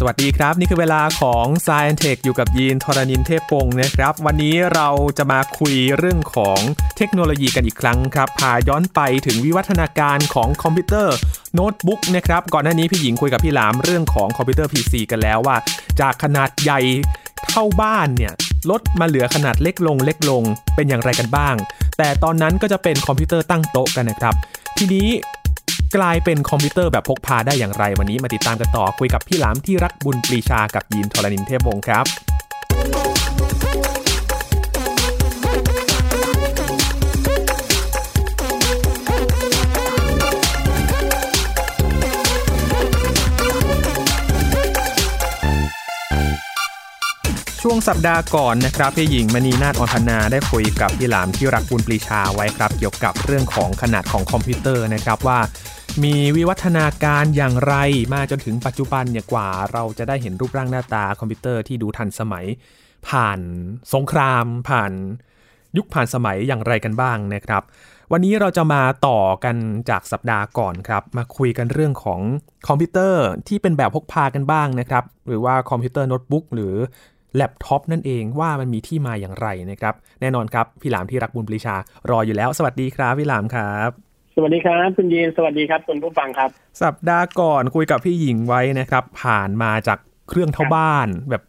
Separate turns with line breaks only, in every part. สวัสดีครับ นี่คือเวลาของ s ซ i e n t e c h อยู่กับยีนทรณินเทพพงศ์นะครับ วันนี้เราจะมาคุยเรื่องของเทคโนโลยีกันอีกครั้งครับพาย้อนไปถึงวิวัฒนาการของคอมพิวเตอร์โน้ตบุ๊กนะครับ ก่อนหน้านี้พี่หญิงคุยกับพี่หลามเรื่องของคอมพิวเตอร์ PC กันแล้วว่า จากขนาดใหญ่เท่าบ้านเนี่ย ลดมาเหลือขนาดเล็กลงเล็กลงเป็นอย่างไรกันบ้าง แต่ตอนนั้นก็จะเป็นคอมพิวเตอร์ตั้งโต๊ะกันนะครับ ทีนี้กลายเป็นคอมพิวเตอร์แบบพกพาได้อย่างไร วันนี้มาติดตามกันต่อคุยกับพี่หลามที่รักบุญปรีชากับยีนทรณินเทพวงศ์ครับ ช่วงสัปดาห์ก่อนนะครับพี่หญิงมณีนาฏอรพนาได้คุยกับพี่หลามที่รักบุญปรีชาไว้ครับ เกี่ยวกับเรื่องของขนาดของคอมพิวเตอร์นะครับว่า มีวิวัฒนาการอย่างไรมาจนถึงปัจจุบันเนี่ยกว่า เราจะได้เห็นรูปร่างหน้าตาคอมพิวเตอร์ที่ดูทันสมัย ผ่านสงคราม ผ่านยุคผ่านสมัยอย่างไรกันบ้างนะครับ วันนี้เราจะมาต่อกันจากสัปดาห์ก่อนครับ มาคุยกันเรื่องของคอมพิวเตอร์ที่เป็นแบบพกพากันบ้างนะครับ หรือว่าคอมพิวเตอร์โน้ตบุ๊กหรือแล็ปท็อปนั่นเองว่ามันมีที่มาอย่างไรนะครับ แน่นอนครับ พี่หลามที่รักบุญปรีชารออยู่แล้ว สวัสดีครับพี่หลามครับ
สวัสดีครับคุณยีนสวัสดีครับคุณผู้ฟังครับ
สัปดาห์ก่อนคุยกับพี่หญิงไว้นะครับ ผ่านมาจากเครื่องเท่าบ้านแบบ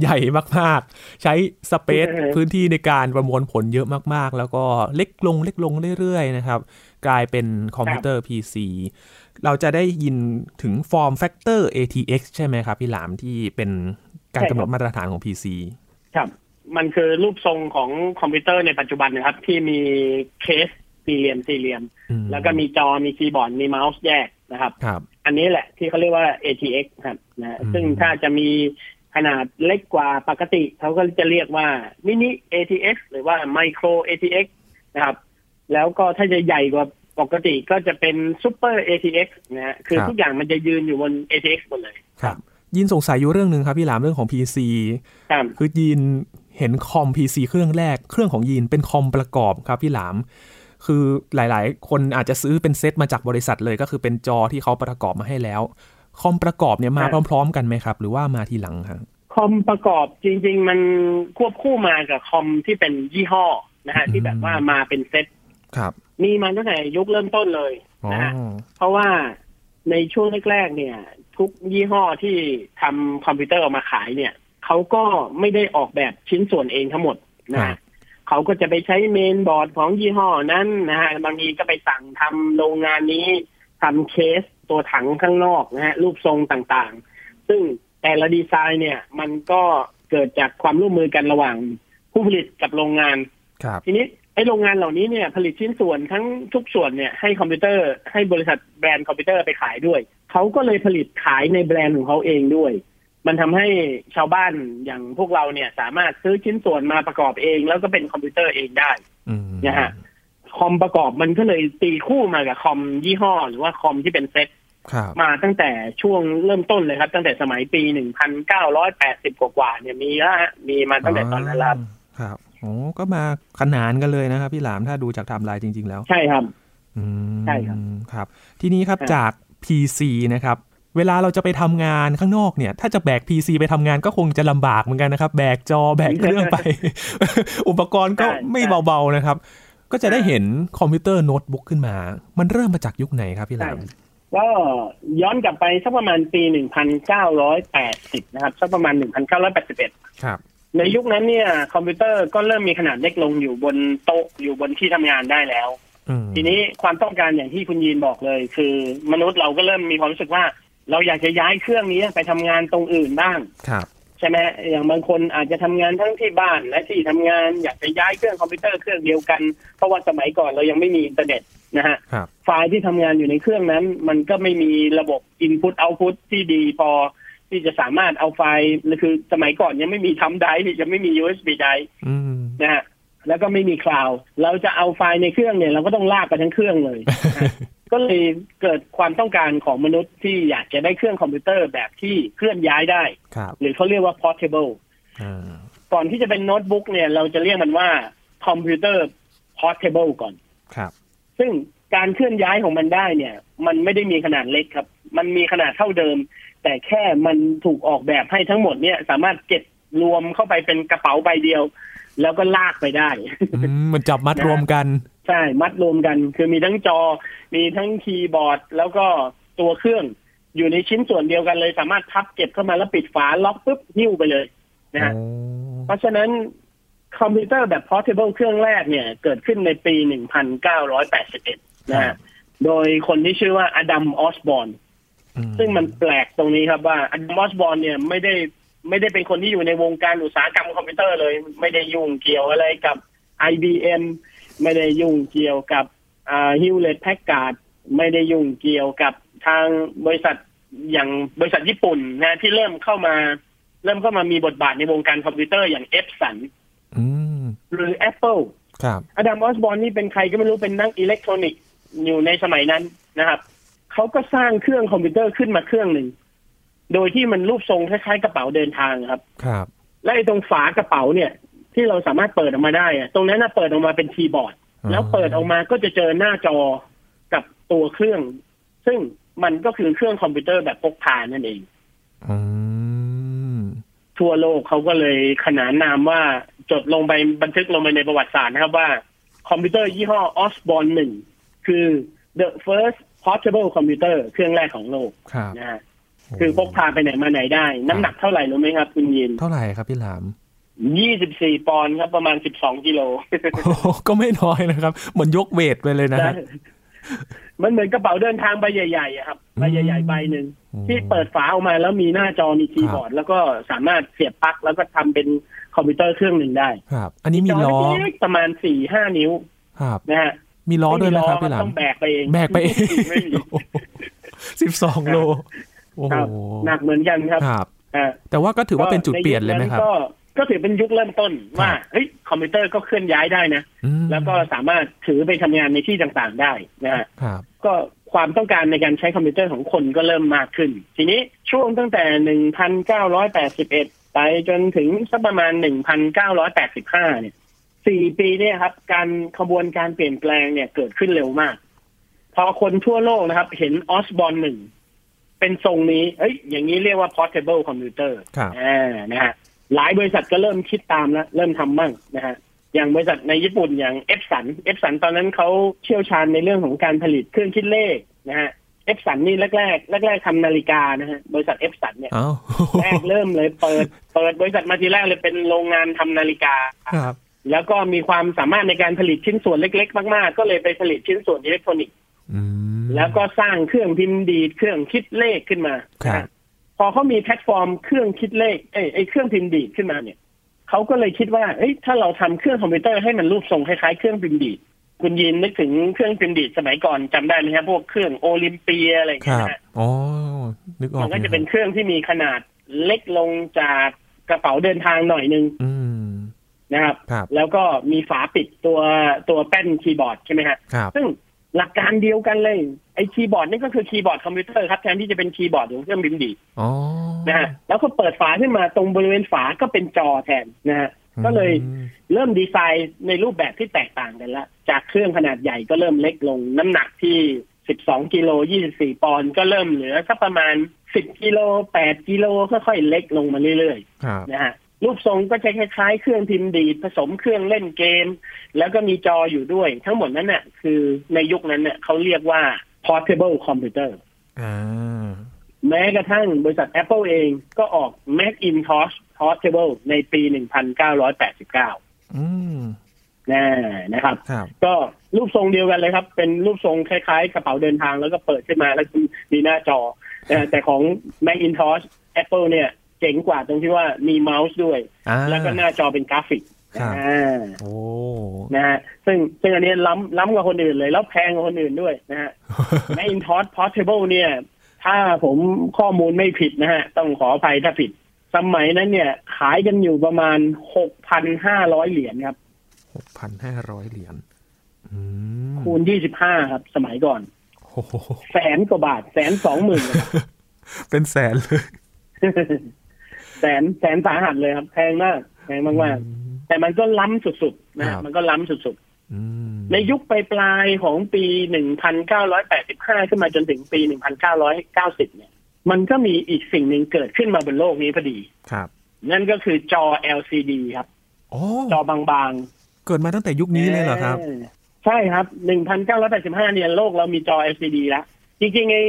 ใหญ่มากๆ ใช้สเป ซ
อือฮึ
พื้นที่ในการประมวลผลเยอะมากๆ แล้วก็เล็กลงเล็กลงเรื่อยๆนะครับ กลายเป็นคอมพิวเตอร์ PC เราจะได้ยินถึงฟอร์มแฟกเตอร์ ATX ใช่ไหมครับ พี่หลามที่เป็นการกำหนดมาตรฐานของ PC
ครับ มันคือรูปทรงของคอมพิวเตอร์ในปัจจุบันนะครับ ที่มีเคสสี่เหลี่ยมสี่เหลี่ยม
อืม
แล้วก็มีจอมีคีย์บอร์ดมีเมาส์แยกนะครับ
ครับ
อันนี้แหละที่เขาเรียกว่า ATX ครับนะ
อืม
ซึ่งถ้าจะมีขนาดเล็กกว่าปกติ เขาก็จะเรียกว่ามินิ ATX หรือว่า Micro ATX นะครับ แล้วก็ถ้าจะใหญ่กว่าปกติก็จะเป็น Super ATX นะฮะคือทุกอย่างมันจะยืนอยู่บน ATX หมดเลย
ครับ ยินสงสัยอยู่เรื่องหนึ่งครับพี่หลามเรื่องของ PC
ครับ
คือยีนเห็นคอม PC เครื่องแรก เครื่องของยีนเป็นคอมประกอบครับพี่หลาม คือหลายๆ คนอาจจะซื้อเป็นเซตมาจากบริษัทเลยก็คือเป็นจอที่เขาประกอบมาให้แล้ว คอมประกอบเนี่ยมา
ครับ
พร้อม ๆ กันไหมครับ หรือว่ามาทีหลังครับ
คอมประกอบจริง ๆ มันควบคู่มากับคอมที่เป็นยี่ห้อนะฮะ
อืม
ที่แบบว่ามาเป็นเซ็ต
ครับ
มีมาตั้งแต่ยุคเริ่มต้นเลย
อ๋อ
นะฮะเพราะว่าในช่วงแรกๆเนี่ย ทุกยี่ห้อที่ทำคอมพิวเตอร์ออกมาขายเนี่ยเขาก็ไม่ได้ออกแบบชิ้นส่วนเองทั้งหมดนะฮะเขาก็จะไปใช้เมนบอร์ดของยี่ห้อนั้นนะฮะบางทีก็ไปสั่งทำโรงงานนี้ทำเคสตัวถังข้างนอกนะฮะรูปทรงต่างๆ ซึ่งแต่ละดีไซน์เนี่ยมันก็เกิดจากความร่วมมือกันระหว่างผู้ผลิตกับโรงงาน
ครับ
ทีนี้ไอ้โรงงานเหล่านี้เนี่ยผลิตชิ้นส่วนทั้งทุกส่วนเนี่ยให้คอมพิวเตอร์ให้บริษัทแบรนด์คอมพิวเตอร์ไปขายด้วย เขาก็เลยผลิตขายในแบรนด์ของเขาเองด้วย มันทำให้ชาวบ้านอย่างพวกเราเนี่ยสามารถซื้อชิ้นส่วนมาประกอบเอง แล้วก็เป็นคอมพิวเตอร์เองได้
อืม
นะฮะ คอมประกอบมันก็เลยตีคู่มากับคอมยี่ห้อ หรือว่าคอมที่เป็นเซ็ต
ครับ
มาตั้งแต่ช่วงเริ่มต้นเลยครับ ตั้งแต่สมัยปี 1980 กว่าๆเนี่ยมีละฮะมีมาตั้งแต่ตอนนั้นแล้วครับ
ครับโอ้ก็มาขนานกันเลยนะครับพี่หลามถ้าดูจากไทม์ไลน์จริง ๆ แล้ว
ใช่ครับ
อืม
ใช่ครับ
ครับทีนี้ครับ
ครับ
จาก PC นะครับเวลาเราจะไปทำงานข้างนอกเนี่ย ถ้าจะแบก PC ไปทำงานก็คงจะลำบากเหมือนกันนะครับ แบกจอแบกเครื่องไป อุปกรณ์ก็ไม่เบาๆนะครับ ก็จะได้เห็นคอมพิวเตอร์โน้ตบุ๊กขึ้นมา มันเริ่มมาจากยุคไหนครับพี่หลาม
ก็ย้อนกลับไปสักประมาณปี 1980 นะครับสักประมาณ 1981
ครับ
ในยุคนั้นเนี่ยคอมพิวเตอร์ก็เริ่มมีขนาดเล็กลงอยู่บนโต๊ะอยู่บนที่ทำงานได้แล้ว
อืม
ทีนี้ความต้องการอย่างที่คุณยีนบอกเลย คือมนุษย์เราก็เริ่มมีความรู้สึกว่า เราอยากจะย้ายเครื่องนี้ไปทำงานตรงอื่นบ้าง
ครับ
ใช่ไหมอย่างบางคนอาจจะทำงานทั้งที่บ้านและที่ทำงานอยากจะย้ายเครื่องคอมพิวเตอร์เครื่องเดียวกัน เพราะว่าสมัยก่อนเรายังไม่มีอินเทอร์เน็ตนะฮะ
ครับ
ไฟล์ที่ทำงานอยู่ในเครื่องนั้น มันก็ไม่มีระบบ Input Output ที่ดีพอ ที่จะสามารถเอาไฟล์คือสมัยก่อนยังไม่มีทำไดร์ยังไม่มี USB ไดร์
อืม
นะฮะแล้วก็ไม่มีคลาวด์เราจะเอาไฟล์ในเครื่องเนี่ย เราก็ต้องลากไปทั้งเครื่องเลยนะฮะ ก็เลยเกิดความต้องการของมนุษย์ที่อยากจะได้เครื่องคอมพิวเตอร์แบบที่เคลื่อนย้ายได้
ครับ
หรือเขาเรียกว่า portable
อ่า
ก่อนที่จะเป็นโน้ตบุ๊กเนี่ยเราจะเรียกมันว่าคอมพิวเตอร์ portable ก่อน
ครับ
ซึ่งการเคลื่อนย้ายของมันได้เนี่ย มันไม่ได้มีขนาดเล็กครับ มันมีขนาดเท่าเดิม แต่แค่มันถูกออกแบบให้ทั้งหมดเนี่ยสามารถเก็บรวมเข้าไปเป็นกระเป๋าใบเดียว แล้วก็ลากไปได้
อืมมันจับมัดรวมกัน
ใช่มัดรวมกันคือมีทั้งจอ มีทั้งคีย์บอร์ด แล้วก็ตัวเครื่องอยู่ในชิ้นส่วนเดียวกันเลย สามารถพับเก็บเข้ามาแล้วปิดฝาล็อกปุ๊บหิ้วไปเลยนะฮะ เพราะฉะนั้นคอมพิวเตอร์แบบ portable เครื่องแรกเนี่ย เกิดขึ้นในปี 1981 นะ
ครั
ฮะ
บ
โดยคนที่ชื่อว่าอดัมออสบอ n
อื
ซึ่งมันแปลกตรงนี้ครับว่าอดัมออสบอ n เนี่ยไม่ได้ไม่ได้เป็นคนที่อยู่ในวงการอุตสาหกรรมคอมพิวเตอร์เลย ไม่ได้ยุ่งเกี่ยวอะไรกับ IBM ไม่ได้ยุ่งเกี่ยวกับฮิวเลตแพ c การ์ดไม่ได้ยุ่งเกี่ยวกับทางบริษัทอย่างบริษัทญี่ปุ่นนะที่เริ่มเข้ามา เริ่มเข้ามามีบทบาทในวงการคอมพิวเตอร์อย่างเอฟสัน
อืม
หรือ Apple
ครับ
อดัมออสบอ n นี่เป็นใครก็ไม่รู้เป็นนักอิเล็กทรอนิกส์อยู่ในสมัยนั้นนะครับ เขาก็สร้างเครื่องคอมพิวเตอร์ขึ้นมาเครื่องหนึ่ง โดยที่มันรูปทรงคล้ายๆกระเป๋าเดินทางครับ
ครับ
และไอ้ตรงฝากระเป๋าเนี่ย ที่เราสามารถเปิดออกมาได้อะตรงนั้นน่ะเปิดออกมาเป็นคีย์บอร์ด
อ๋อ
แล้วเปิดออกมาก็จะเจอหน้าจอกับตัวเครื่อง ซึ่งมันก็คือเครื่องคอมพิวเตอร์แบบพกพานั่นเอง
อืม
ทั่วโลกเขาก็เลยขนานนามว่าจดลงไปบันทึกลงไปในประวัติศาสตร์นะครับว่า คอมพิวเตอร์ยี่ห้อ Osborne หนึ่งคือ the first portable computer เครื่องแรกของโลก
ครับ
นะฮะคือพกพาไปไหนมาไหนได้ น้ำหนักเท่าไหร่รู้ไหมครับ คุณยิน
เท่าไหร่ครับพี่หลาม
24 ปอนด์ครับ ประมาณ 12 กิโล
โอ้โหก็ไม่น้อยนะครับ เหมือนยกเวทไปเลยนะฮะ
มันเหมือนกระเป๋าเดินทางใบใหญ่ๆอะครับใบใหญ่ ๆ ใบหนึ่ง ที่เปิดฝาออกมาแล้วมีหน้าจอมีคีย์บอร์ด แล้วก็สามารถเสียบปลั๊กแล้วก็ทำเป็นคอมพิวเตอร์เครื่องหนึ่งได้
ครับ อันนี้มีล้อ
จเล็กๆประมาณสี่ห้านิ้ว
ครับ
นะฮะ
มีล้อด้วยไหมครับพี่
ไม่
ห
มี
ลา
ล้อ
ม
ต้องแบกไปเอง
แบกไปเอง
ไม่มี
สิบสองโล โอ้
ค
โห
รับหนักเหมือนกันครับ
ครับ
อ่า
แต่ว่าก็ถือว่าเป็นจุดเปลี่ยนเลยไหมครับ
ก็ก็ถือเป็นยุคเริ่มต้นว่า
ครับ
เฮ้ยคอมพิวเตอร์ก็เคลื่อนย้ายได้นะ
อืม
แล้วก็สามารถถือไปทำงานในที่ต่างๆได้นะฮะ
ครับ
ก็ความต้องการในการใช้คอมพิวเตอร์ของคนก็เริ่มมากขึ้น ทีนี้ช่วงตั้งแต่ 1981 ไปจนถึงสักประมาณ 1985 เนี่ย สี่ปีเนี่ยครับ การขบวนการเปลี่ยนแปลงเนี่ยเกิดขึ้นเร็วมาก พอคนทั่วโลกนะครับ เห็นออสบอ n หนึ่งเป็นทรงนี้ เอ้ย อย่างนี้เรียกว่า portable computer
ครับ
อ่านะฮะหลายบริษัทก็เริ่มคิดตามแล้วเริ่มทำมั่งนะฮะอย่างบริษัทในญี่ปุ่นอย่างเอฟสันเอฟสันตอนนั้นเขาเชี่ยวชาญในเรื่องของการผลิตเครื่องคิดเลขนะฮะเอฟสันนี่แรกๆแรกๆทำนาฬิกานะฮะบริษัทเอฟสันเนี่ย
เอ้า
แรกเริ่มเลยเปิดเปิดบริษัทมาทีแรกเลยเป็นโรงงานทำนาฬิกา
ครับ
แล้วก็มีความสามารถในการผลิตชิ้นส่วนเล็ก ๆ มากๆ ก็เลยไปผลิตชิ้นส่วนอิเล็กทรอนิกส์
อืม
แล้วก็สร้างเครื่องพิมพ์ดีดเครื่องคิดเลขขึ้นมา
ครับ
พอเขามีแพลตฟอร์มเครื่องคิดเลขเอ้ยไอ้เครื่องพิมพ์ดีดขึ้นมาเนี่ยเขาก็เลยคิดว่าเอ้ยถ้าเราทำเครื่องคอมพิวเตอร์ให้มันรูปทรงคล้ายๆเครื่องพิมพ์ดีดคุณยินนึกถึงเครื่องพิมพ์ดีดสมัยก่อนจำได้ไหมครับพวกเครื่องโอลิมเปียอะไรอย่าง
ครับ
เงี้ยนะฮะ
อ๋อ นึกออก
มันก็
ลย
จะเป็นเครื่องที่มีขนาดเล็กลงจากกระเป๋าเดินทางหน่อยนึง
อืม
นะครับ
ครับ
แล้วก็มีฝาปิดตัวตัวแป้นคีย์บอร์ดใช่ไหมฮะ
ครับ
ซึ่งหลักการเดียวกันเลย ไอ้คีย์บอร์ดนี่ก็คือคีย์บอร์ดคอมพิวเตอร์ครับ แทนที่จะเป็นคีย์บอร์ดของเครื่องบินดีด
อ๋อ
นะฮะ แล้วก็เปิดฝาขึ้นมาตรงบริเวณฝาก็เป็นจอแทนนะฮะ ก็เลย
อืม
เริ่มดีไซน์ในรูปแบบที่แตกต่างกันละ จากเครื่องขนาดใหญ่ก็เริ่มเล็กลง น้ำหนักที่ 12 กิโล 24 ปอนด์ก็เริ่มเหลือสักประมาณ 10 กิโล 8 กิโลค่อยๆเล็กลงมาเรื่อยๆ
ครับ
นะฮะรูปทรงก็จะคล้ายๆ เครื่องพิมพ์ดีดผสมเครื่องเล่นเกม แล้วก็มีจออยู่ด้วย ทั้งหมดนั้นน่ะคือในยุคนั้นน่ะเขาเรียกว่า portable computer
อ่า
แม้กระทั่งบริษัท Apple เองก็ออก Macintosh portable ในปี 1989
อืม
นะนะครับ
ครับ
ก็รูปทรงเดียวกันเลยครับ เป็นรูปทรงคล้ายๆ กระเป๋าเดินทางแล้วก็เปิดขึ้นมาแล้วมีหน้าจอนะแต่ของ Macintosh Apple เนี่ยเจ๋งกว่าตรงที่ว่ามีเมาส์ด้วย
อ่า
แล้วก็หน้าจอเป็นกราฟิก
ครับ
อ่า
โอ้
นะฮะ ซึ่งซึ่งอันเนี้ยล้ำล้ำกว่าคนอื่นเลย แล้วแพงกว่าคนอื่นด้วยนะ ฮะ ใน Intos Portable เนี่ย ถ้าผมข้อมูลไม่ผิดนะฮะ ต้องขออภัยถ้าผิด สมัยนั้นเนี่ย ขายกันอยู่ประมาณ 6,500 เหรียญครับ
หกพันห้าร้อยเหรียญอืม
คูณ 25 ครับ สมัยก่อน
โอ้โห
แสนกว่าบาท แสนสองหมื่น กว่าบาท
เป็นแสนเลย
แสนแสนสาหัสเลยครับ แพงมาก แพงมากๆ แต่มันก็ล้ำสุดๆนะ
ค
ฮะ
รับ
มันก็ล้ำสุดๆ
อืม
ในยุคปลายๆของปี 1985 ขึ้นมาจนถึงปี 1990 เนี่ย มันก็มีอีกสิ่งหนึ่งเกิดขึ้นมาบนโลกนี้พอดี
ครับ
นั่นก็คือจอ LCD ครับ
โอ้
จอบาง
เกิดมาตั้งแต่ยุค
ๆ
นี้เลยเหรอครับ
ใช่ครับ 1985 เนี่ยโลกเรามีจอ LCD แล้ว จริงๆไอ้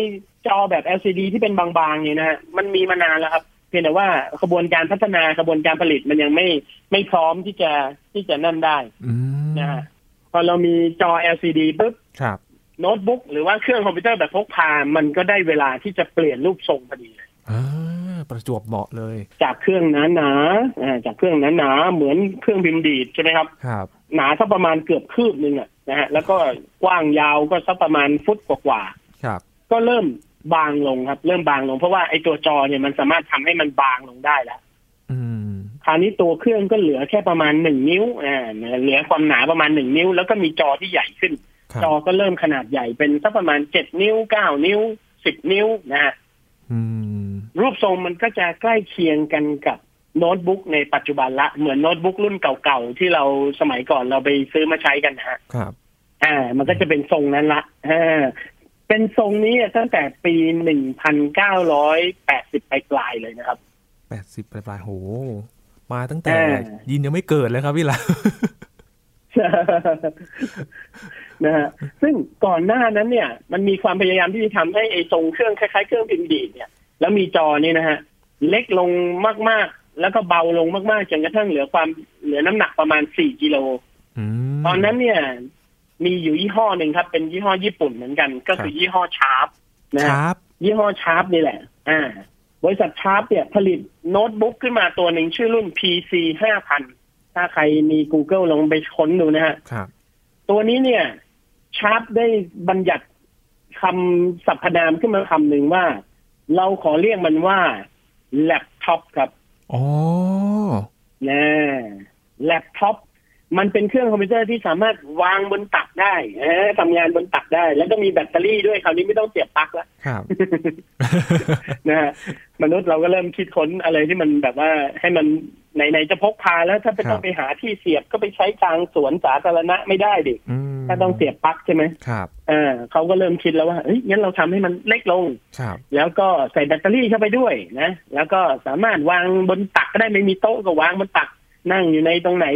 จอแบบ LCD ที่เป็นบางๆเนี่ยนะฮะมันมีมานานแล้วครับ เพียงแต่ว่ากระบวนการพัฒนากระบวนการผลิตมันยังไม่ไม่พร้อมที่จะที่จะนั่นได้
อืม
นะฮะพอเรามีจอ LCD ปุ๊บ
ครับ
โน้ตบุ๊กหรือว่าเครื่องคอมพิวเตอร์แบบพกพา มันก็ได้เวลาที่จะเปลี่ยนรูปทรงพอดีเลย
อ่าประจวบเหมาะเลย
จากเครื่องหนาๆอ่าจากเครื่องหนาๆเหมือนเครื่องพิมพ์ดีดใช่ไหมครับ
ครับ
หนาสักประมาณเกือบคืบหนึ่งอะนะฮะแล้วก็กว้างยาวก็สักประมาณฟุตกว่า
ครับ
ๆก็เริ่มบางลงครับ เริ่มบางลง เพราะว่าไอ้ตัวจอเนี่ยมันสามารถทำให้มันบางลงได้แล้ว
อืม
คราวนี้ตัวเครื่องก็เหลือแค่ประมาณหนึ่งนิ้วอ่าเหลือความหนาประมาณหนึ่งนิ้ว แล้วก็มีจอที่ใหญ่ขึ้น
ครับ
จอก็เริ่มขนาดใหญ่เป็นสักประมาณเจ็ดนิ้วเก้านิ้วสิบนิ้วนะฮะ
อืม
รูปทรงมันก็จะใกล้เคียงกันกับโน้ตบุ๊กในปัจจุบันละเหมือนโน้ตบุ๊กรุ่นเก่าๆ ที่เราสมัยก่อนเราไปซื้อมาใช้กันนะฮะ
ครับ
อ่า มันก็จะเป็นทรงนั้นละอ่าเป็นทรงนี้ตั้งแต่ปี 1980 ไปปลายๆเลยนะครับ
แปดสิบปลายๆโห มาตั้งแต่
อ่า
ยินยังไม่เกิดเลยครับพี่หลาม
นะฮะซึ่งก่อนหน้านั้นเนี่ย มันมีความพยายามที่จะทำให้ไอ้ทรงเครื่องคล้ายๆเครื่องพิมพ์ดีดเนี่ย แล้วมีจอนี่นะฮะ เล็กลงมากๆ แล้วก็เบาลงมากๆจนกระทั่งเหลือความเหลือน้ำหนักประมาณ 4 กิโล
อืม
ตอนนั้นเนี่ย มีอยู่ยี่ห้อหนึ่งครับ เป็นยี่ห้อญี่ปุ่นเหมือนกัน ก็คือยี่ห้อชาร์ปนะ
ค
ฮะ
รับ
ยี่ห้อชาร์ปนี่แหละ อ่า บริษัทชาร์ปเนี่ย ผลิตโน้ตบุ๊กขึ้นมาตัวหนึ่งชื่อรุ่น PC 5000 ถ้าใครมี Google ลองไปค้นดูนะฮะ
ครับ
ตัวนี้เนี่ย ชาร์ปได้บัญญัติคำสรรพนามขึ้นมาคำหนึ่งว่า เราขอเรียกมันว่าแล็ปท็อปครับ
อ๋อ
นะแล็ปท็อปมันเป็นเครื่องคอมพิวเตอร์ที่สามารถวางบนตักได้เออทำงานบนตักได้ แล้วก็มีแบตเตอรี่ด้วยคราวนี้ไม่ต้องเสียบปลั๊กแล้ว
ครับ
นะฮะมนุษย์เราก็เริ่มคิดค้นอะไรที่มันแบบว่าให้มันไหนๆจะพกพาแล้วถ้าไป
ครั
ต้อบ งไปหาที่เสียบก็ไปใช้กลางสวนสาธารณะไม่ได้ดิ
อืม
ถ้าต้องเสียบปลั๊กใช่ไหม
ครับ
เออเขาก็เริ่มคิดแล้วว่าเฮ้ยงั้นเราทำให้มันเล็กลง
ครับ
แล้วก็ใส่แบตเตอรี่เข้าไปด้วยนะ แล้วก็สามารถวางบนตักก็ได้ไม่มีโต๊ะก็วางบนตักนั่งอยู่ในตรงไหน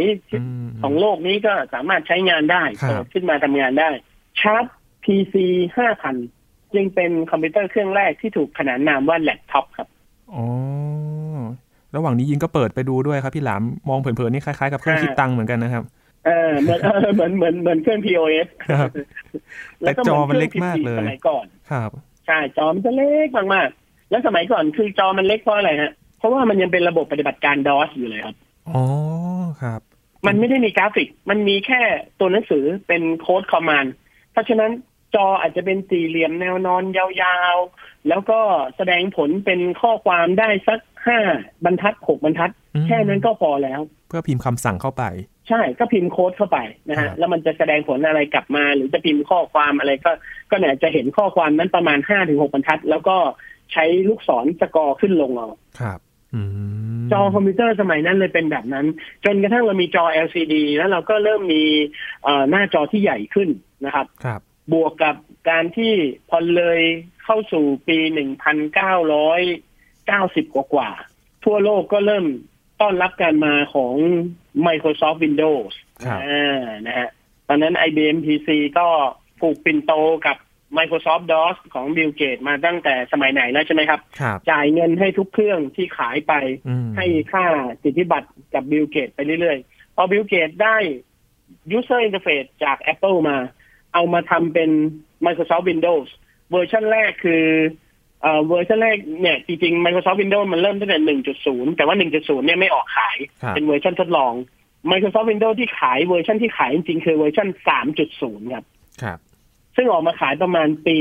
ม
ของโลกนี้ก็สามารถใช้งานได้
ครับ
เปิดขึ้นมาทำงานได้ ชาร์ป PC 5000 จึงเป็นคอมพิวเตอร์เครื่องแรกที่ถูกขนานนามว่าแล็ปท็อปครับ
อ๋อระหว่างนี้ยิงก็เปิดไปดูด้วยครับพี่หลามมองเผินๆนี่คล้ายๆกับเครื่องคิดตังค์เหมือนกันนะครับ
เออเหมือน เออเหมือนเหมือนเหมือนเครื่อง POS
ครับ
แล้วก็ห
แต่จอมันเล็ก
ครื่อง
มาก
PC
เลย
สมัยก่อน
ครับ
ใช่จอมันจะเล็กมากๆ แล้วสมัยก่อนคือจอมันเล็กเพราะอะไรฮะ เพราะว่ามันยังเป็นระบบปฏิบัติการ DOS อยู่เลยครับ
อ๋อครับ
มันไม่ได้มีกราฟิก มันมีแค่ตัวหนังสือเป็นโค้ดคอมมานด์ เพราะฉะนั้นจออาจจะเป็นสี่เหลี่ยมแนวนอนยาวๆ แล้วก็แสดงผลเป็นข้อความได้สักห้าบรรทัดหกบรรทัด
อืม
แค่นั้นก็พอแล้ว
เพื่อพิมพ์คำสั่งเข้าไป
ใช่ก็พิมพ์โค้ดเข้าไปนะ
ครั
ฮะ
บ
แล้วมันจะแสดงผลอะไรกลับมา หรือจะพิมพ์ข้อความอะไรก็ ก็เนี่ยจะเห็นข้อความนั้นประมาณห้าถึงหกบรรทัด แล้วก็ใช้ลูกศรสกอร์ขึ้นลงเอา
ครับ อืม
จอคอมพิวเตอร์สมัยนั้นเลยเป็นแบบนั้น จนกระทั่งเรามีจอ LCD แล้วเราก็เริ่มมีเอ่อหน้าจอที่ใหญ่ขึ้นนะครับ
ครับ
บวกกับการที่พอเลยเข้าสู่ปี 1990 กว่ากว่าๆทั่วโลกก็เริ่มต้อนรับการมาของ Microsoft Windows
ครับ
อ่านะฮะตอนนั้น IBM PC ก็ผูกปินโตกับ Microsoft DOS ของ Bill Gates มาตั้งแต่สมัยไหนแล้วใช่ไหมครับ
ครับ
จ่ายเงินให้ทุกเครื่องที่ขายไป
อืม
ให้ค่าสิทธิบัตรกับบิลเกตไปเรื่อยๆ พอบิลเกตได้ User Interface จาก Apple มา เอามาทำเป็น Microsoft Windows เวอร์ชันแรกคือเอ่อเวอร์ชันแรกเนี่ยจริงๆ Microsoft Windows มันเริ่มตั้งแต่ 1.0 แต่ว่า 1.0 เนี่ยไม่ออกขาย
ครับ
เป็นเวอร์ชันทดลอง Microsoft Windows ที่ขายเวอร์ชันที่ขายจริงๆ คือเวอร์ชัน3.0 ครับ
ครับ
ซึ่งออกมาขายประมาณปี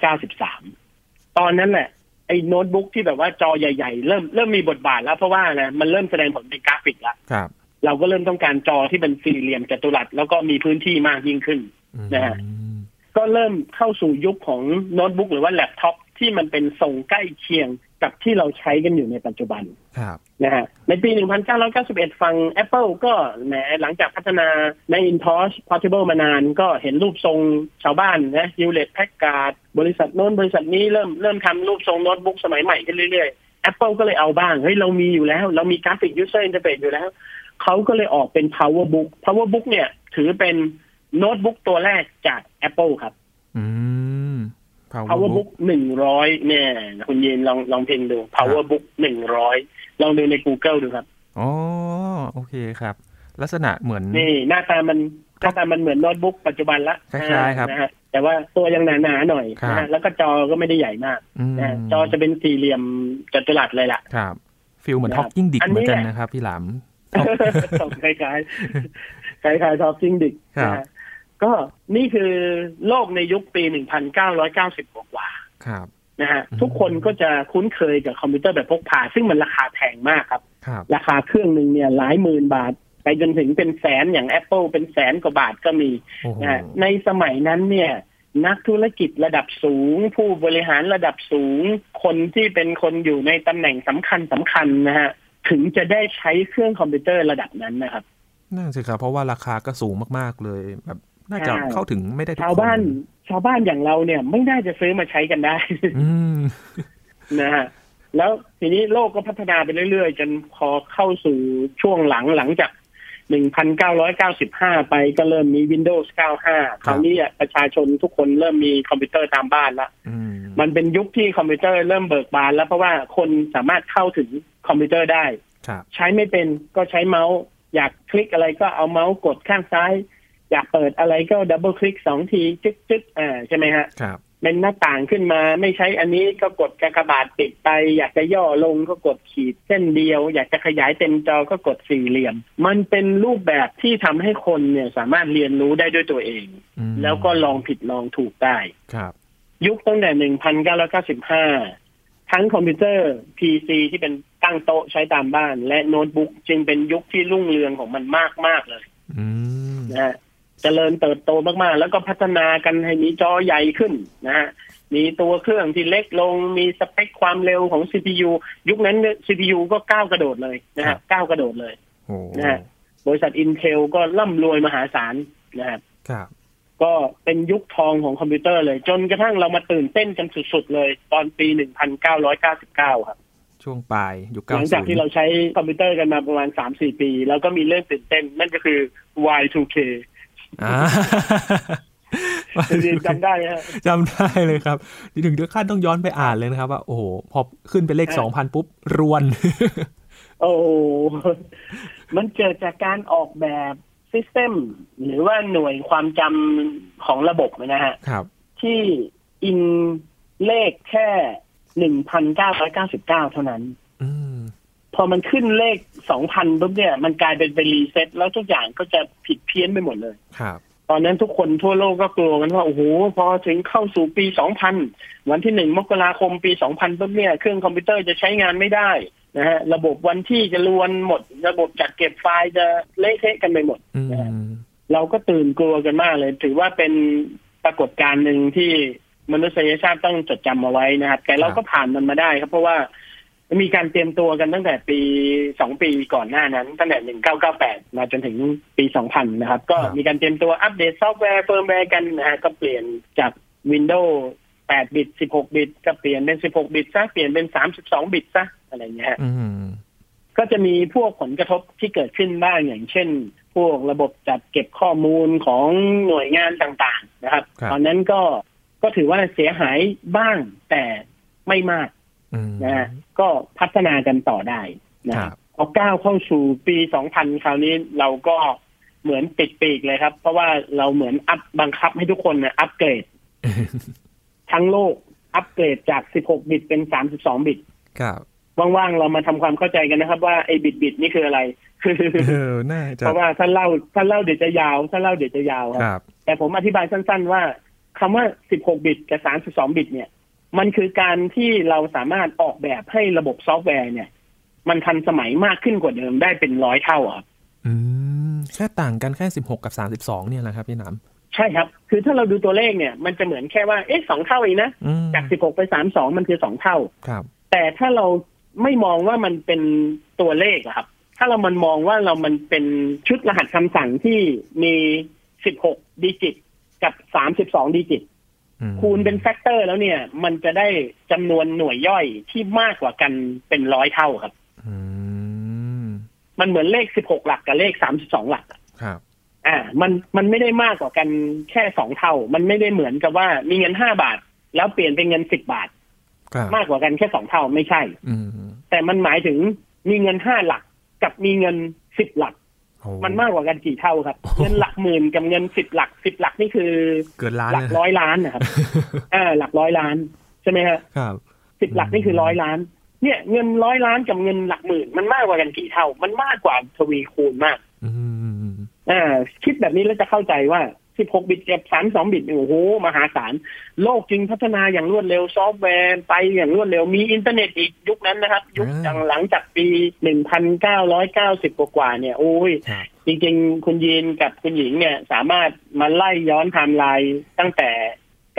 1993 ตอนนั้นแหละไอ้โน้ตบุ๊กที่แบบว่าจอใหญ่ๆ เริ่มเริ่มมีบทบาทแล้วเพราะว่านะมันเริ่มแสดงผลเป็นกราฟิกแล้ว
ครับ
เราก็เริ่มต้องการจอที่เป็นสี่เหลี่ยมจัตุรัส แล้วก็มีพื้นที่มากยิ่งขึ้น
อืม
นะฮะ ก็เริ่มเข้าสู่ยุคของโน้ตบุ๊กหรือว่าแล็ปท็อปที่มันเป็นทรงใกล้เคียง กับที่เราใช้กันอยู่ในปัจจุบัน
ครับ
นะฮะในปี 1991 ฝั่ง Apple ก็แหมหลังจากพัฒนาใน Intosh Portable มานานก็เห็นรูปทรงชาวบ้านนะยูเลตแพ็กการ์ดบริษัทโน้นบริษัทนี้เริ่มเริ่มทำรูปทรงโน้ตบุ๊กสมัยใหม่ขึ้นเรื่อยๆ Apple ก็เลยเอาบ้าง เฮ้ย เรามีอยู่แล้ว เรามีกราฟิก User Interface อยู่แล้ว เขาก็เลยออกเป็น Power Book Power Book เนี่ย ถือเป็นโน้ตบุ๊กตัวแรกจาก Apple ครับ
อืม
Power Book หนึ่งร้อยเนี่ยคุณยีนลองลองเพลงดู Power Book หนึ่งร้อยลองดูใน Google ดูครับ
อ๋อ โอเคครับ ลักษณะเหมือน
นี่หน้าตามันหน้าตามันเหมือนโน้ตบุ๊กปัจจุบันละ
คล้ายๆครับ
นะฮะแต่ว่าตัวยังหนาๆหน่อย
ครับ
นะฮะแล้วก็จอก็ไม่ได้ใหญ่มาก
อืม
นะฮะจอจะเป็นสี่เหลี่ยมจัตุรัสเลยล่ะ
ครับฟิลเหมือนท็อกกิ้งดิก
อัน
เหมื
นี้
อนกัน
แหละ
นะครับ พี่หลาม
คล้ายๆคล้ายๆทอปซิงดิก
ครับ
นะฮะก็นี่คือโลกในยุคปี 1990 กว่า
ครับ
ๆนะฮะ
อืม
ทุกคนก็จะคุ้นเคยกับคอมพิวเตอร์แบบพกพา ซึ่งมันราคาแพงมากครับ
ครับ
ราคาเครื่องหนึ่งเนี่ยหลายหมื่นบาท ไปจนถึงเป็นแสนอย่าง Apple เป็นแสนกว่าบาทก็มี
โอ้โห
นะในสมัยนั้นเนี่ย นักธุรกิจระดับสูง ผู้บริหารระดับสูง คนที่เป็นคนอยู่ในตำแหน่งสำคัญสำคัญนะฮะ ถึงจะได้ใช้เครื่องคอมพิวเตอร์ระดับนั้นนะครับ
นั่นสิครับ เพราะว่าราคาก็สูงมากๆเลย แบบน่าจะ
ใช่
เข้าถึงไม่ได้ทุก
ชาว
ค
บ้านชาวบ้านอย่างเราเนี่ยไม่น่าจะซื้อมาใช้กันได้
อืม
นะฮะแล้วทีนี้โลกก็พัฒนาไปเรื่อยๆ จนพอเข้าสู่ช่วงหลังหลังจาก 1995 ไปก็เริ่มมี Windows 95 คราวนี้อะประชาชนทุกคนเริ่มมีคอมพิวเตอร์ตามบ้านละ
อืม
มันเป็นยุคที่คอมพิวเตอร์เริ่มเบิกบานแล้วเพราะว่าคนสามารถเข้าถึงคอมพิวเตอร์ได้
ครับ
ใช้ไม่เป็นก็ใช้เมาส์ อยากคลิกอะไรก็เอาเมาส์กดข้างซ้าย อยากเปิดอะไรก็ดับเบิลคลิกสองทีจึ๊กจึ๊กอ่าใช่ไหมฮะ
ครับ
เป็นหน้าต่างขึ้นมาไม่ใช้อันนี้ก็กดกากบาทปิดไป อยากจะย่อลงก็กดขีดเส้นเดียว อยากจะขยายเต็มจอก็กดสี่เหลี่ยม มันเป็นรูปแบบที่ทำให้คนเนี่ยสามารถเรียนรู้ได้ด้วยตัวเอง
อืม
แล้วก็ลองผิดลองถูกได้
ครับ
ยุคตั้งแต่ 1995 ทั้งคอมพิวเตอร์ PC ที่เป็นตั้งโต๊ะใช้ตามบ้าน และโน้ตบุ๊กจึงเป็นยุคที่รุ่งเรืองของมันมาก ๆ เลย
อืม
นะฮะเจริญเติบโตมาก ๆ แล้วก็พัฒนากันให้มีจอใหญ่ขึ้นนะฮะ มีตัวเครื่องที่เล็กลง มีสเปคความเร็วของ CPU ยุคนั้นเนี่ย CPU ก็ก้าวกระโดดเลยนะฮะก้าวกระโดดเลย
โอ้
นะฮะ บริษัท Intel ก็ร่ำรวยมหาศาลนะครับ
ครับ
ก็เป็นยุคทองของคอมพิวเตอร์เลย จนกระทั่งเรามาตื่นเต้นกันสุดๆเลย ตอนปี 1999 ครับ
ช่วงปลายยุค
ห
เก้า
ลัง
สิ
จากที่เราใช้คอมพิวเตอร์กันมาประมาณ 3-4 ปี แล้วก็มีเรื่องตื่นเต้น นั่นก็คือ Y2K
อ่า
คุณยิ นจำได้ไหมฮะ
จำได้เลยครับ ถึงขั้นต้องย้อนไปอ่านเลยนะครับว่าโอ้โห พอขึ้นเป็นเลข
อ่า
สองพันปุ๊บ รวน
โอ้โหมันเกิดจากการออกแบบซิสเต็มหรือว่าหน่วยความจำของระบบนะฮะ
ครับ
ที่อินเลขแค่ 1,999 เท่านั้น
อืม
พอมันขึ้นเลขสองพันปุ๊บเนี่ย มันกลายเป็นไปรีเซ็ตแล้วทุกอย่างก็จะผิดเพี้ยนไปหมดเลย
ครับ
ตอนนั้นทุกคนทั่วโลกก็กลัวกันว่า โอ้โห พอถึงเข้าสู่ปีสองพันวันที่หนึ่งมกราคมปีสองพันปุ๊บเนี่ย เครื่องคอมพิวเตอร์จะใช้งานไม่ได้นะฮะ ระบบวันที่จะรวนหมด ระบบจัดเก็บไฟล์จะเละเทะกันไปหมด
อืม
เราก็ตื่นกลัวกันมากเลย ถือว่าเป็นปรากฏการณ์หนึ่งที่มนุษยชาติต้องจดจำเอาไว้นะครับ แต่เราก็ผ่านมันมาได้ครับ เพราะว่ามีการเตรียมตัวกันตั้งแต่ปีสองปีก่อนหน้านั้น ตั้งแต่หนึ่งเก้าเก้าแปดมาจนถึงปีสองพันนะครับ ก็
ครับ
มีการเตรียมตัวอัปเดตซอฟต์แวร์เฟิร์มแวร์กันนะฮะก็เปลี่ยนจาก Windows 8 บิต 16 บิต ก็เปลี่ยนเป็น 16 บิตซะเปลี่ยนเป็น 32 บิตซะอะไรอย่างเงี้ยฮะ
อืม
ก็จะมีพวกผลกระทบที่เกิดขึ้นบ้างอย่างเช่น พวกระบบจัดเก็บข้อมูลของหน่วยงานต่างๆ นะครับ
ครับ
ตอนนั้นก็ก็ถือว่าเสียหายบ้างแต่ไม่มาก
อืม
นะฮะก็พัฒนากันต่อได้นะค
ครั
รับบ พอก้าวเข้าสู่ปี 2000 คราวนี้เราก็เหมือนติดปีกเลยครับ เพราะว่าเราเหมือนอัพบังคับให้ทุกคนนะอัปเกรดทั้งโลกอัปเกรดจาก 16 บิตเป็น 32 บิต
ครับ
ว่างๆ เรามาทำความเข้าใจกันนะครับ ว่าไอ้บิดบิดๆนี่คืออะไร คือ
เออน่าจะ
เพราะว่าถ้าเล่าถ้าเล่าเดี๋ยวจะยาวถ้าเล่าเดี๋ยวจะยาวค
ครับ รับ
แต่ผมอธิบายสั้น ๆ ว่าคำว่า 16 บิตกับ 32 บิตเนี่ย มันคือการที่เราสามารถออกแบบให้ระบบซอฟต์แวร์เนี่ย มันทันสมัยมากขึ้นกว่าเดิมได้เป็นร้อยเท่าอะครับ
อืม แค่ต่างกันแค่สิบหกกับสามสิบสองเนี่ยแหละครับพี่หนาม
ใช่ครับ คือถ้าเราดูตัวเลขเนี่ย มันจะเหมือนแค่ว่าเอ๊ะสองเท่าเองนะ
อืม
จาก 16 ไป 32 มันคือสองเท่า
ครับ
แต่ถ้าเราไม่มองว่ามันเป็นตัวเลขอะครับ ถ้าเรามันมองว่าเรามันเป็นชุดรหัสคำสั่งที่มีสิบหกดิจิต กับสามสิบสองดิจิต
อืม
คูณเป็นแฟกเตอร์แล้วเนี่ย มันจะได้จำนวนหน่วยย่อยที่มากกว่ากันเป็นร้อยเท่าครับ
อืม
มันเหมือนเลขสิบหกหลักกับเลขสามสิบสองหลัก
ครับ
อ่า มัน มันไม่ได้มากกว่ากันแค่สองเท่า มันไม่ได้เหมือนกับว่ามีเงินห้าบาท แล้วเปลี่ยนเป็นเงินสิบบาท
ครับ
มากกว่ากันแค่สองเท่าไม่ใช่
อืม
แต่มันหมายถึงมีเงินห้าหลักกับมีเงินสิบหลัก
โอ้
มันมากกว่ากันกี่เท่าครับ
โอ้โห
เงินหลักหมื่นกับเงินสิบหลักสิบหลักนี่คือ
เกินล้าน
หลั
เล
ก
ย
ร้อยล้านนะครับ อ่า หลักร้อยล้านใช่ไหมฮะ
ครับ
สิบหลักนี่คือร้อยล้าน เนี่ยเงินร้อยล้านกับเงินหลักหมื่น มันมากกว่ากันกี่เท่า มันมากกว่าทวีคูณมาก
อืม
อ่าคิดแบบนี้แล้วจะเข้าใจว่า 16 บิตกับ 32 บิตเนี่ยโอ้โห มหาศาล โลกจึงพัฒนาอย่างรวดเร็วซอฟต์แวร์ไปอย่างรวดเร็วมีอินเทอร์เน็ตอีกยุคนั้นนะครับ ยุคหลังจากปี 1990 กว่าๆเนี่ย โอ้ย
ครับ
จริงๆ คุณยีนกับคุณหญิงเนี่ย สามารถมาไล่ย้อนไทม์ไลน์ตั้งแต่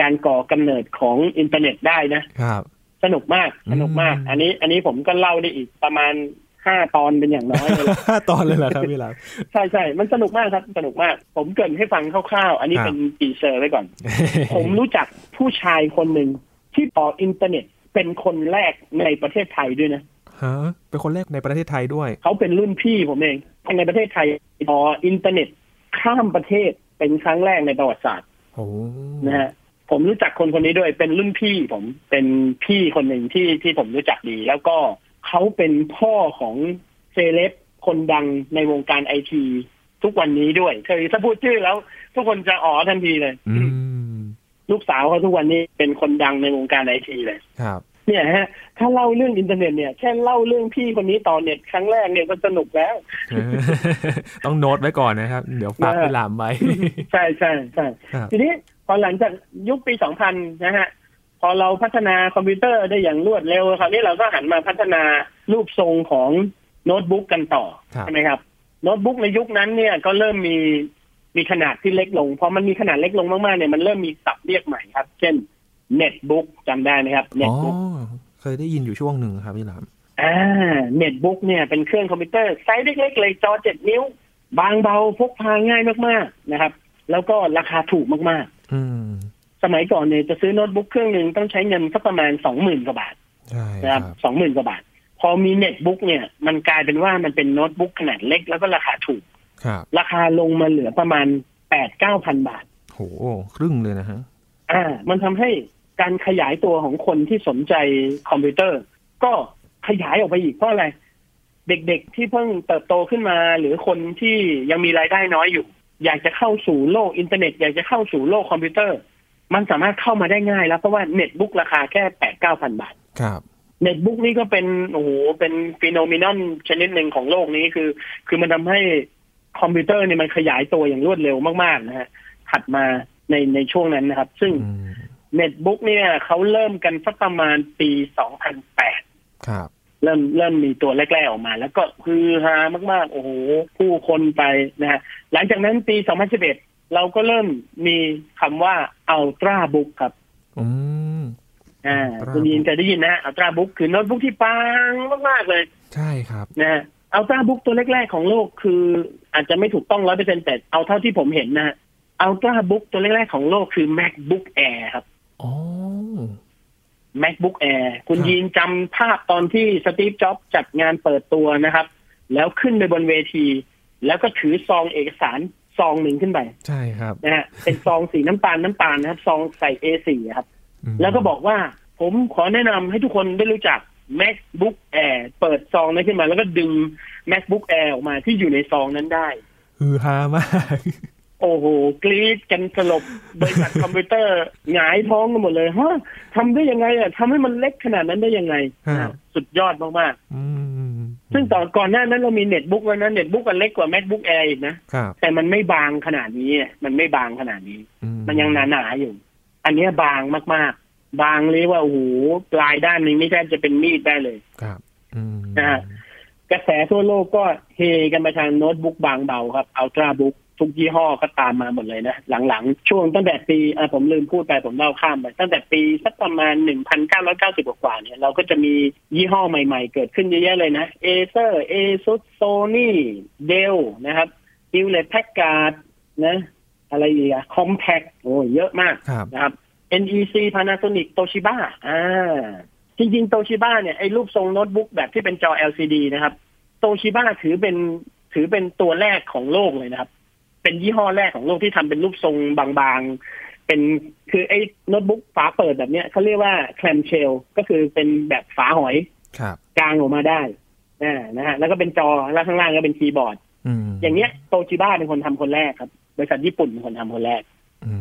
การก่อกำเนิดของอินเทอร์เน็ตได้นะ
ครับ
สนุกมากสนุกมาก
อืม
อันนี้อันนี้ผมก็เล่าได้อีกประมาณ 5 ตอนเป็นอย่าง น้อยเลย
ตอนเลยเหรอครับพี่หลาม
ใช่ใช่มันสนุกมากครับ สนุกมาก ผมเกรินให้ฟังคร่าวๆ อันนี้
ครับ
เป็นปีเซอร์ไว้ก่อน ผมรู้จักผู้ชายคนหนึ่งที่ต่ออินเทอร์เน็ตเป็นคนแรกในประเทศไทยด้วยนะ
ฮะเป็นคนแรกในประเทศไทยด้วย
เขาเป็นรุ่นพี่ผมเองในประเทศไทยต่ออินเทอร์เน็ตข้ามประเทศเป็นครั้งแรกในประวัติศาสตร์
โอ้
นะฮะ ผมรู้จักคนคนนี้ด้วย เป็นรุ่นพี่ผม เป็นพี่คนหนึ่งที่ที่ผมรู้จักดี แล้วก็เขาเป็นพ่อของเซเลบคนดังในวงการไอทีทุกวันนี้ด้วยคือถ้าพูดชื่อแล้ว ทุกคนจะอ๋อทันทีเลย
อืม
ลูกสาวเขาทุกวันนี้เป็นคนดังในวงการไอทีเลย
ครับ
เนี่ยฮะ ถ้าเล่าเรื่องอินเทอร์เน็ตเนี่ยแค่เล่าเรื่องพี่คนนี้ตอนเน็ตครั้งแรกเนี่ยก็สนุกแล้ว
เออต้องโน้ตไว้ก่อนนะครับ เดี๋ยวฝากพี่หลามไว้
ใช่ใช่ใช่
ครับ
ทีนี้พอหลังจากยุคปี 2000 นะฮะ พอเราพัฒนาคอมพิวเตอร์ได้อย่างรวดเร็วคราวนี้เราก็หันมาพัฒนารูปทรงของโน้ตบุ๊กกันต่อ
ครับ
ใช่ไหมครับ โน้ตบุ๊กในยุคนั้นเนี่ยก็เริ่มมีมีขนาดที่เล็กลงพอมันมีขนาดเล็กลงมากๆเนี่ยมันเริ่มมีศัพท์เรียกใหม่ครับ เช่นเน็ตบุ๊กจำได้ไหมครับเน็
อ๋
ต
อ
บุ๊ก
เคยได้ยินอยู่ช่วงหนึ่งครับพี่หลาม
อ่าเน็ตบุ๊กเนี่ยเป็นเครื่องคอมพิวเตอร์ไซส์เล็กๆเลยจอเจ็ดนิ้ว บางเบาพกพาง่ายมากๆนะครับ แล้วก็ราคาถูกมาก
อืม
ๆ สมัยก่อนเนี่ยจะซื้อโน้ตบุ๊กเครื่องหนึ่งต้องใช้เงินสักประมาณสองหมื่นกว่าบาท
ใช่
นะค
ค
รั
รั
บบ สองหมื่นกว่าบาท พอมีเน็ตบุ๊กเนี่ยมันกลายเป็นว่ามันเป็นโน้ตบุ๊กขนาดเล็กแล้วก็ราคาถูก
ครับ
ราคาลงมาเหลือประมาณแปดเก้าพันบาท
โห ครึ่งเลยนะฮะ
อ่า มันทำให้การขยายตัวของคนที่สนใจคอมพิวเตอร์ ก็ขยายออกไปอีกเพราะอะไร เด็กๆที่เพิ่งเติบโตขึ้นมา หรือคนที่ยังมีรายได้น้อยอยู่ อยากจะเข้าสู่โลกอินเทอร์เน็ต อยากจะเข้าสู่โลกคอมพิวเตอร์ มันสามารถเข้ามาได้ง่ายแล้วเพราะว่าเน็ตบุ๊กราคาแค่แปดเก้าพันบาท
ครับ
เน็ตบุ๊กนี่ก็เป็นโอ้โหเป็นฟีโนมินอนชนิดหนึ่งของโลกนี้คือ คือมันทำให้คอมพิวเตอร์เนี่ยมันขยายตัวอย่างรวดเร็วมากๆนะฮะถัดมาในในช่วงนั้นนะครับ ซึ่ง
อืม
เน็ตบุ๊กเนี่ยเขาเริ่มกันสักประมาณปี 2008
ครับ
เริ่มเริ่มมีตัวแรกๆออกมา แล้วก็คือฮามากๆ โอ้โห ผู้คนไปนะฮะหลังจากนั้นปี 2011 เราก็เริ่มมีคำว่าอัลตราบุ๊กครับ
อืม
อ่า
Ultrabook
คุณยินเคยได้ยินนะฮะอัลตราบุ๊กคือโน้ตบุ๊กที่ปังมากๆเลย
ใช่ครับ
นะฮะอัลตราบุ๊กตัวแรกๆของโลกคืออาจจะไม่ถูกต้องร้อยเปอร์เซ็นแต่เอาเท่าที่ผมเห็นนะฮะอัลตราบุ๊กตัวแรกๆของโลกคือ macbook air ครับ
อ๋อ
MacBook Air คุณ
ครับ
ยีนจำภาพตอนที่สตีฟจ็อบส์จัดงานเปิดตัวนะครับ แล้วขึ้นไปบนเวที แล้วก็ถือซองเอกสารซองหนึ่งขึ้นไป
ใช่ครับ
นะฮะ เป็นซองสีน้ำตาลน้ำตาลนะครับ ซองใส่ A4 ครับ
ม
แล้วก็บอกว่าผมขอแนะนำให้ทุกคนได้รู้จัก MacBook Air เปิดซองนั้นขึ้นมา แล้วก็ดึง MacBook Air ออกมาที่อยู่ในซองนั้นได้
ฮือฮามาก
โอ้โห กรี๊ดกันสลบ บริษัทคอมพิวเตอร์หงายท้องกันหมดเลยฮะทำได้ยังไงอ่ะทำให้มันเล็กขนาดนั้นได้ยังไง
ฮะ
อ่ะสุดยอดมาก
อืม
ๆ ซึ่งตอนก่อนหน้านั้นเรามีเน็ตบุ๊กแล้วนะเน็ตบุ๊กมันเล็กกว่า MacBook Air อีกนะ
ครับ
แต่มันไม่บางขนาดนี้อ่ะมันไม่บางขนาดนี้
อื
มันยังหนาๆอยู่ อันเนี้ยบางมากๆ บางเลยกว่าโอ้โหปลายด้านหนึงนี่แทบจะเป็นมีดได้เลย
ครับอืม
นะฮะ กระแสทั่วโลกก็เฮกันไปทางโน้ตบุ๊กบางเบาครับอัลตราบุ๊ก ทุกยี่ห้อก็ตามมาหมดเลยนะ หลังๆ ช่วงตั้งแต่ปีอ่ะผมลืมพูดไปผมเล่าข้ามไป ตั้งแต่ปีสักประมาณ 1990 กว่าๆเนี่ย เราก็จะมียี่ห้อใหม่ๆ เกิดขึ้นเยอะแยะเลยนะเอเซอร์เอซุสโซนี่เดลนะครับฮิวเลตแพ c การ์ดนะ อะไรอีกอะคอมแพคโอ้ยเยอะมาก
ครับ
นะครับ NEC Panasonic Toshiba อ่า จริงๆ Toshiba เนี่ย ไอ้รูปทรงโน้ตบุ๊กแบบที่เป็นจอ LCD นะครับ Toshiba ถือเป็นถือเป็นตัวแรกของโลกเลยนะครับ เป็นยี่ห้อแรกของโลกที่ทำเป็นรูปทรงบางๆ เป็นคือไอ้โน้ตบุ๊กฝาเปิดแบบเนี้ยเขาเรียกว่า clamshell ก็คือเป็นแบบฝาหอย
ครับ
กลางออกมาได้อ่านะฮะ แล้วก็เป็นจอ แล้วข้างล่างก็เป็นคีย์บอร์ด
อืม
อย่างเนี้ยโตชิบ้าเป็นคนทำคนแรกครับ บริษัทญี่ปุ่นเป็นคนทำคนแรก
อื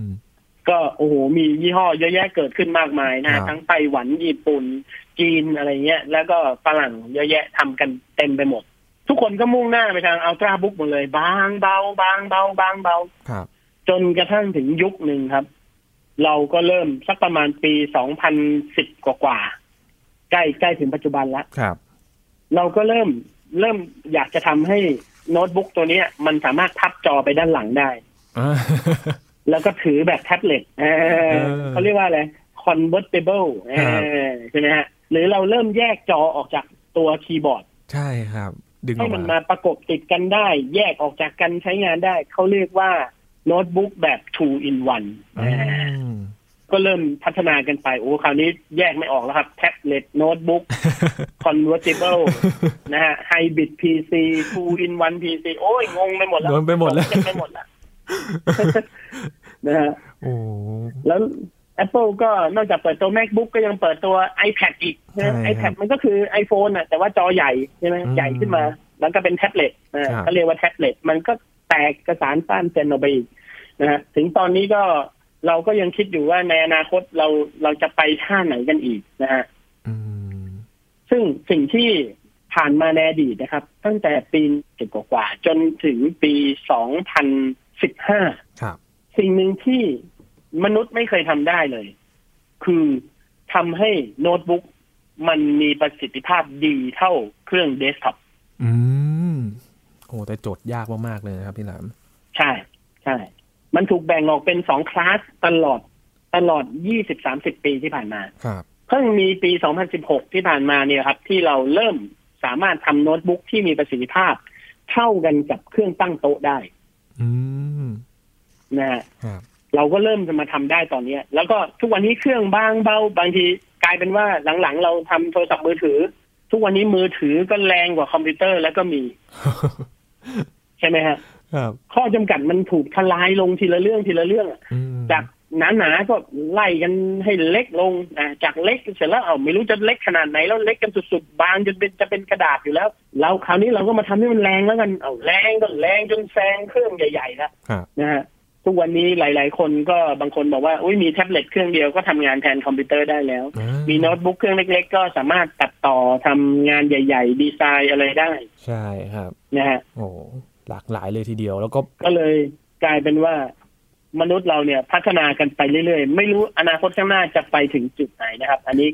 ม
ก็โอ้โหมียี่ห้อเยอะแยะเกิดขึ้นมากมายนะ
ครั
ฮะ
บ
ทั้งไต้หวันญี่ปุ่น จีนอะไรเงี้ย แล้วก็ฝรั่งเยอะแยะทำกันเต็มไปหมด ทุกคนก็มุ่งหน้าไปทางอัลตราบุ๊กหมดเลยบางเบาบางเบาบางเบา
ครับ
จนกระทั่งถึงยุคหนึ่งครับ เราก็เริ่มสักประมาณปี 2010 กว่ากว่าๆใกล้ใกล้ถึงปัจจุบันละ
ครับ
เราก็เริ่มเริ่มอยากจะทำให้โน้ตบุ๊กตัวเนี้ย มันสามารถพับจอไปด้านหลังได้
อ่า
แล้วก็ถือแบบแท็บเล็ตเออ
เออ
เขาเรียกว่าอะไร convertible เออ
ครับ
ใช่ไหมฮะ หรือเราเริ่มแยกจอออกจากตัวคีย์บอร์ด
ใช่ครับ ดึงอ
ให้
อก
มัน
มา
มาประกบติดกันได้ แยกออกจากกันใช้งานได้ เขาเรียกว่าโน้ตบุ๊กแบบ two in one
อืม
ก็เริ่มพัฒนากันไป โอ้คราวนี้แยกไม่ออกแล้วครับ แท็บเล็ตโน้ตบุ๊ก convertible นะฮะ hybrid PC two in one PC โอ้ย งงไปหมดแล้ว
โดนไปหมดแล้ว
งงไปหมด แล้วนะฮะ
โอ้
แล้ว Apple ก็นอกจากเปิดตัว MacBook ก็ยังเปิดตัว iPad อีกนะ iPad มันก็คือ iPhone อ่ะแต่ว่าจอใหญ่ใช่ไหมใหญ่ขึ้นมา แล้วก็เป็นแท็บเล็ตนะก็เรียกว่าแท็บเล็ตมันก็แตกกระสานต้านเซนออกไปอีกนะฮะถึงตอนนี้ก็เราก็ยังคิดอยู่ว่าในอนาคตเราเราจะไปท่าไหนกันอีกนะฮะ
อืม
ซึ่งสิ่งที่ผ่านมาในอดีตนะครับ ตั้งแต่ปีเจ็ดกว่าๆจนถึงปีสองพันสิบห้า
ครับ
สิ่งหนึ่งที่มนุษย์ไม่เคยทำได้เลย คือทำให้โน้ตบุ๊กมันมีประสิทธิภาพดีเท่าเครื่องเดสก์ท็อป
อืมโอ้แต่โจทย์ยากมากๆเลยนะครับพี่หลาม
ใช่ ใช่ มันถูกแบ่งออกเป็นสองคลาสตลอดตลอดยี่สิบสามสิบปีที่ผ่านมา
ครับ
เพิ่งมีปี 2016 ที่ผ่านมาเนี่ยครับ ที่เราเริ่มสามารถทำโน้ตบุ๊กที่มีประสิทธิภาพ เท่ากันกับเครื่องตั้งโต๊ะได้
อืม
นะฮะ
ครับ
เราก็เริ่มจะมาทำได้ตอนเนี้ย แล้วก็ทุกวันนี้เครื่องบางเบาบางทีกลายเป็นว่าหลังๆ เราทำโทรศัพท์มือถือ ทุกวันนี้มือถือก็แรงกว่าคอมพิวเตอร์แล้วก็มีใช่ไหมฮะ
ครับ
ข้อจำกัดมันถูกทลายลงทีละเรื่องทีละเรื่องอะ
อืม
จากหนาๆก็ไล่กันให้เล็กลงอ่ะจากเล็กเสร็จแล้วเอาไม่รู้จะเล็กขนาดไหนแล้วเล็กกันสุดๆบางจนเป็นจะเป็นกระดาษอยู่แล้วแล้วคราวนี้เราก็มาทำให้มันแรงแล้วกันเอาแรงก็แรงจนแซงเครื่องใหญ่ๆแล้ว
ครับ
นะฮะทุกวันนี้หลาย ๆ คนก็บางคนบอกว่าอุ้ยมีแท็บเล็ตเครื่องเดียวก็ทำงานแทนคอมพิวเตอร์ได้แล้ว
อ่า
มีโน้ตบุ๊กเครื่องเล็ก ๆ ก็สามารถตัดต่อทำงานใหญ่ ๆ ดีไซน์อะไรได้
ใช่ครับ
นะฮะ
โอ้หลากหลายเลยทีเดียวแล้วก็
ก็เลยกลายเป็นว่ามนุษย์เราเนี่ยพัฒนากันไปเรื่อย ๆ ไม่รู้อนาคตข้างหน้าจะไปถึงจุดไหนนะครับ อันนี้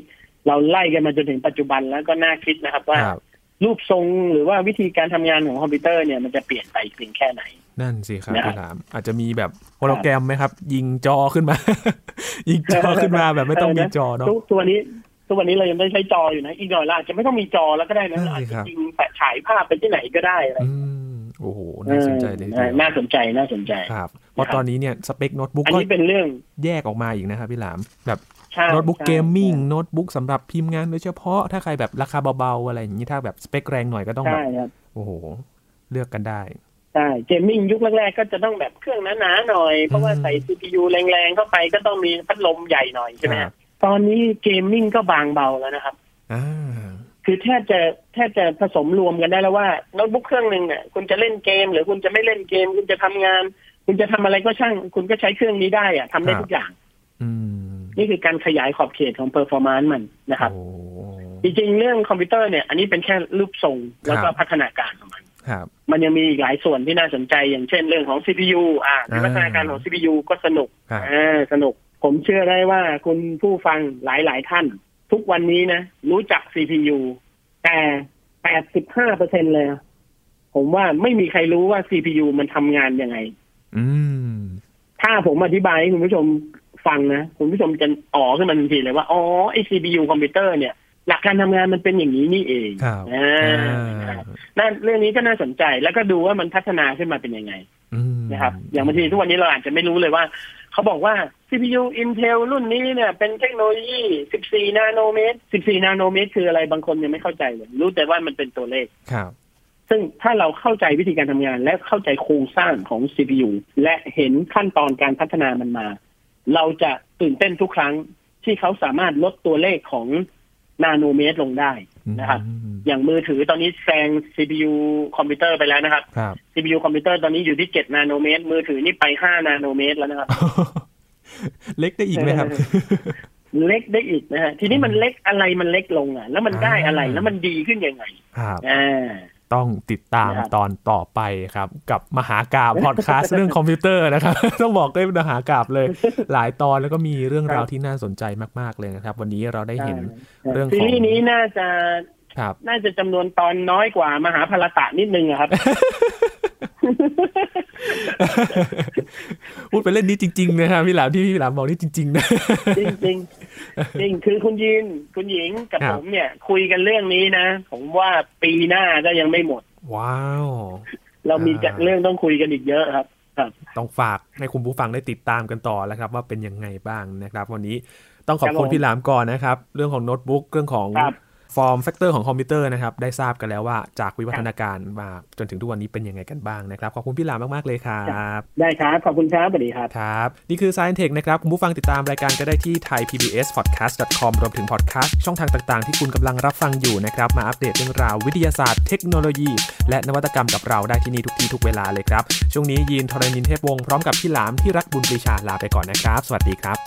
เราไล่กันมาจนถึงปัจจุบันแล้วก็น่าคิดนะครับ ว่า
ครับ
รูปทรงหรือว่าวิธีการทำงานของคอมพิวเตอร์เนี่ยมันจะเปลี่ยนไปถึงแค่ไหน
นั่นสิครับ
นะครับ
พี่หลาม อาจจะมีแบบโฮโลแกรมไหมครับ ยิงจอขึ้นมา ยิงจอขึ้นมาแบบไม่ต้องมีจอเนาะ
ทุกตัวนี้ทุกวันนี้เรายังไม่ใช้จออยู่นะ อีกหน่อยเราอาจจะไม่ต้องมีจอแล้วก็ได้นะ
นั่นสิ
เราอาจ
ครั
จะ
บ
ยิงแปะฉายภาพไปที่ไหนก็ได้อะไร
อืมโอ้โหน่าสนใจเลยที
เอ
เดี
อ
ยว
น่าสนใจน่าสนใจ
ครับเพราะตอนนี้เนี่ยสเปคโน้ตบุ๊ก
อัน
ก็
นี้เป็นเรื่อง
แยกออกมาอีกนะครับพี่หลาม แบบ
ใช่
โน้ตบุ๊ก
ใช่
เกมมิ่งโน้ตบุ๊กสำหรับพิมพ์งานโดยเฉพาะถ้าใครแบบราคาเบาๆอะไรอย่างนี้ถ้าแบบสเปคแรงหน่อยก็ต้องแบ
ใช่
บ
ครับ
โอ้โห เลือกกันได้
ใช่เกมมิ่งยุคแรกๆก็จะต้องแบบเครื่องหนาๆหน่อย เพราะว่าใส่ CPU แรงๆเข้าไปก็ต้องมีพัดลมใหญ่หน่อยใช่ไหม
ครับ
ตอนนี้เกมมิ่งก็บางเบาแล้วนะครับ
อ่า
คือแทบจะแทบจะผสมรวมกันได้แล้วว่าโน้ตบุ๊กเครื่องหนึ่งเนี่ยคุณจะเล่นเกม หรือคุณจะไม่เล่นเกม คุณจะทำงาน คุณจะทำอะไรก็ช่าง คุณก็ใช้เครื่องนี้ได้อะทำได้ทุกอย่าง
อืม
นี่คือการขยายขอบเขตของเปอร์ฟอร์มานซ์มันนะครับ
โอ้โห
จริงๆ เรื่องคอมพิวเตอร์เนี่ย อันนี้เป็นแค่รูปทรงแล้วก็
ครับ
พัฒนาการของมัน
ครับ
มันยังมีอีกหลายส่วนที่น่าสนใจ อย่างเช่นเรื่องของ CPU อ่าวิวัฒนาการของ CPU ก็สนุก
ครับ
อ่าสนุก ผมเชื่อได้ว่าคุณผู้ฟังหลายๆ ท่าน ทุกวันนี้นะ รู้จัก CPU แต่ 85เปอร์เซ็นเลย ผ ผมว่าไม่มีใครรู้ว่า CPU มันทำงานยังไง
อืม
ถ้าผมอธิบายให้คุณผู้ชมฟังนะ คุณผู้ชมจะอ๋อขึ้นมาทันทีเลยว่า อ๋อไอ CPU คอมพิวเตอร์เนี่ย หลักการทำงานมันเป็นอย่างนี้นี่เอง
ครับ
อ่า
อ่า
นั่นเรื่องนี้ก็น่าสนใจแล้วก็ดูว่ามันพัฒนาขึ้นมาเป็นยังไง
อืม
นะครับอย่างบางทีทุกวันนี้เราอาจจะไม่รู้เลยว่า เขาบอกว่า CPU Intel รุ่นนี้เนี่ย เป็นเทคโนโลยี 14 นาโนเมตร 14 นาโนเมตร คืออะไรบางคนยังไม่เข้าใจเลยรู้แต่ว่ามันเป็นตัวเลข
ครับ
ซึ่งถ้าเราเข้าใจวิธีการทำงาน และเข้าใจโครงสร้างของ CPU และเห็นขั้นตอนการพัฒนามันมา เราจะตื่นเต้นทุกครั้งที่เขาสามารถลดตัวเลขของนาโนเมตรลงได้นะครับ
อืม
อย่างมือถือตอนนี้แซง CPU คอมพิวเตอร์ไปแล้วนะครับ
ครับ
CPU คอมพิวเตอร์ตอนนี้อยู่ที่เจ็ดนาโนเมตร มือถือนี่ไปห้านาโนเมตรแล้วนะครับ
เล็กได้อีกไหมครับ
เล็กได้อีกนะฮะทีนี้มันเล็กอะไรมันเล็กลงอ่ะ แล้วมันได้อะไร
อ่า
แล้วมันดีขึ้นยังไง
ครับ
อ่า
ต้องติดตาม
นะครับ
ตอนต่อไปครับ กับมหากาบพอดคาสต์ เรื่องคอมพิวเตอร์นะครับ ต้องบอกได้เป็นมหากาบเลย หลายตอนแล้วก็มีเรื่องราวที่น่าสนใจมาก ๆ เลยนะครับ วันนี้เราได้เห็น เรื่องของ
ซีรีส์นี้น่าจะ
ครับ
น่าจะจำนวนตอนน้อยกว่ามหาพลตะนิดนึงอะครับ
พูดไปเล่นนี้จริง ๆ นะครับพี่หลามที่พี่หลามบอกนี่จริง ๆ นะ
จริงจริงจริงคือคุณยินคุณหญิงกับ
ครับ
ผมเนี่ย คุยกันเรื่องนี้นะ ผมว่าปีหน้าก็ยังไม่หมด
ว้าว
เรามีจะ
อ่า
เรื่องต้องคุยกันอีกเยอะครับ ครับ
ต้องฝากให้คุณผู้ฟังได้ติดตามกันต่อแล้วครับ ว่าเป็นยังไงบ้างนะครับ วันนี้ต้องขอบ
ครับ
คุ
ผ
ณ
ม
พี่หลามก่อนนะครับ เรื่องของโน้ตบุ๊กเรื่องของ
ครับ
ฟอร์มแฟกเตอร์ของคอมพิวเตอร์นะครับ ได้ทราบกันแล้วว่าจากวิวัฒนาการมาจนถึงทุกวันนี้เป็นยังไงกันบ้างนะครับ ขอบคุณพี่หลามมาก ๆ เลยครั
ครั
บ
ได้ครับขอบคุณครับสวัสดีครับ
ครับ นี่คือ Science Tech นะครับ คุณผู้ฟังติดตามรายการก็ได้ที่ thaipbspodcast.com รวมถึง podcast ช่องทางต่างๆ ที่คุณกำลังรับฟังอยู่นะครับ มาอัปเดตเรื่องราววิทยาศาสตร์เทคโนโลยี และนวัตกรรมกับเราได้ที่นี่ทุกที่ทุกเวลาเลยครับ ช่วงนี้ยีนทรณินเทพวงศ์พร้อมกับพี่หลามที่รักบุญปรีชาลาไปก่อนนะครับ สวัสดีครับ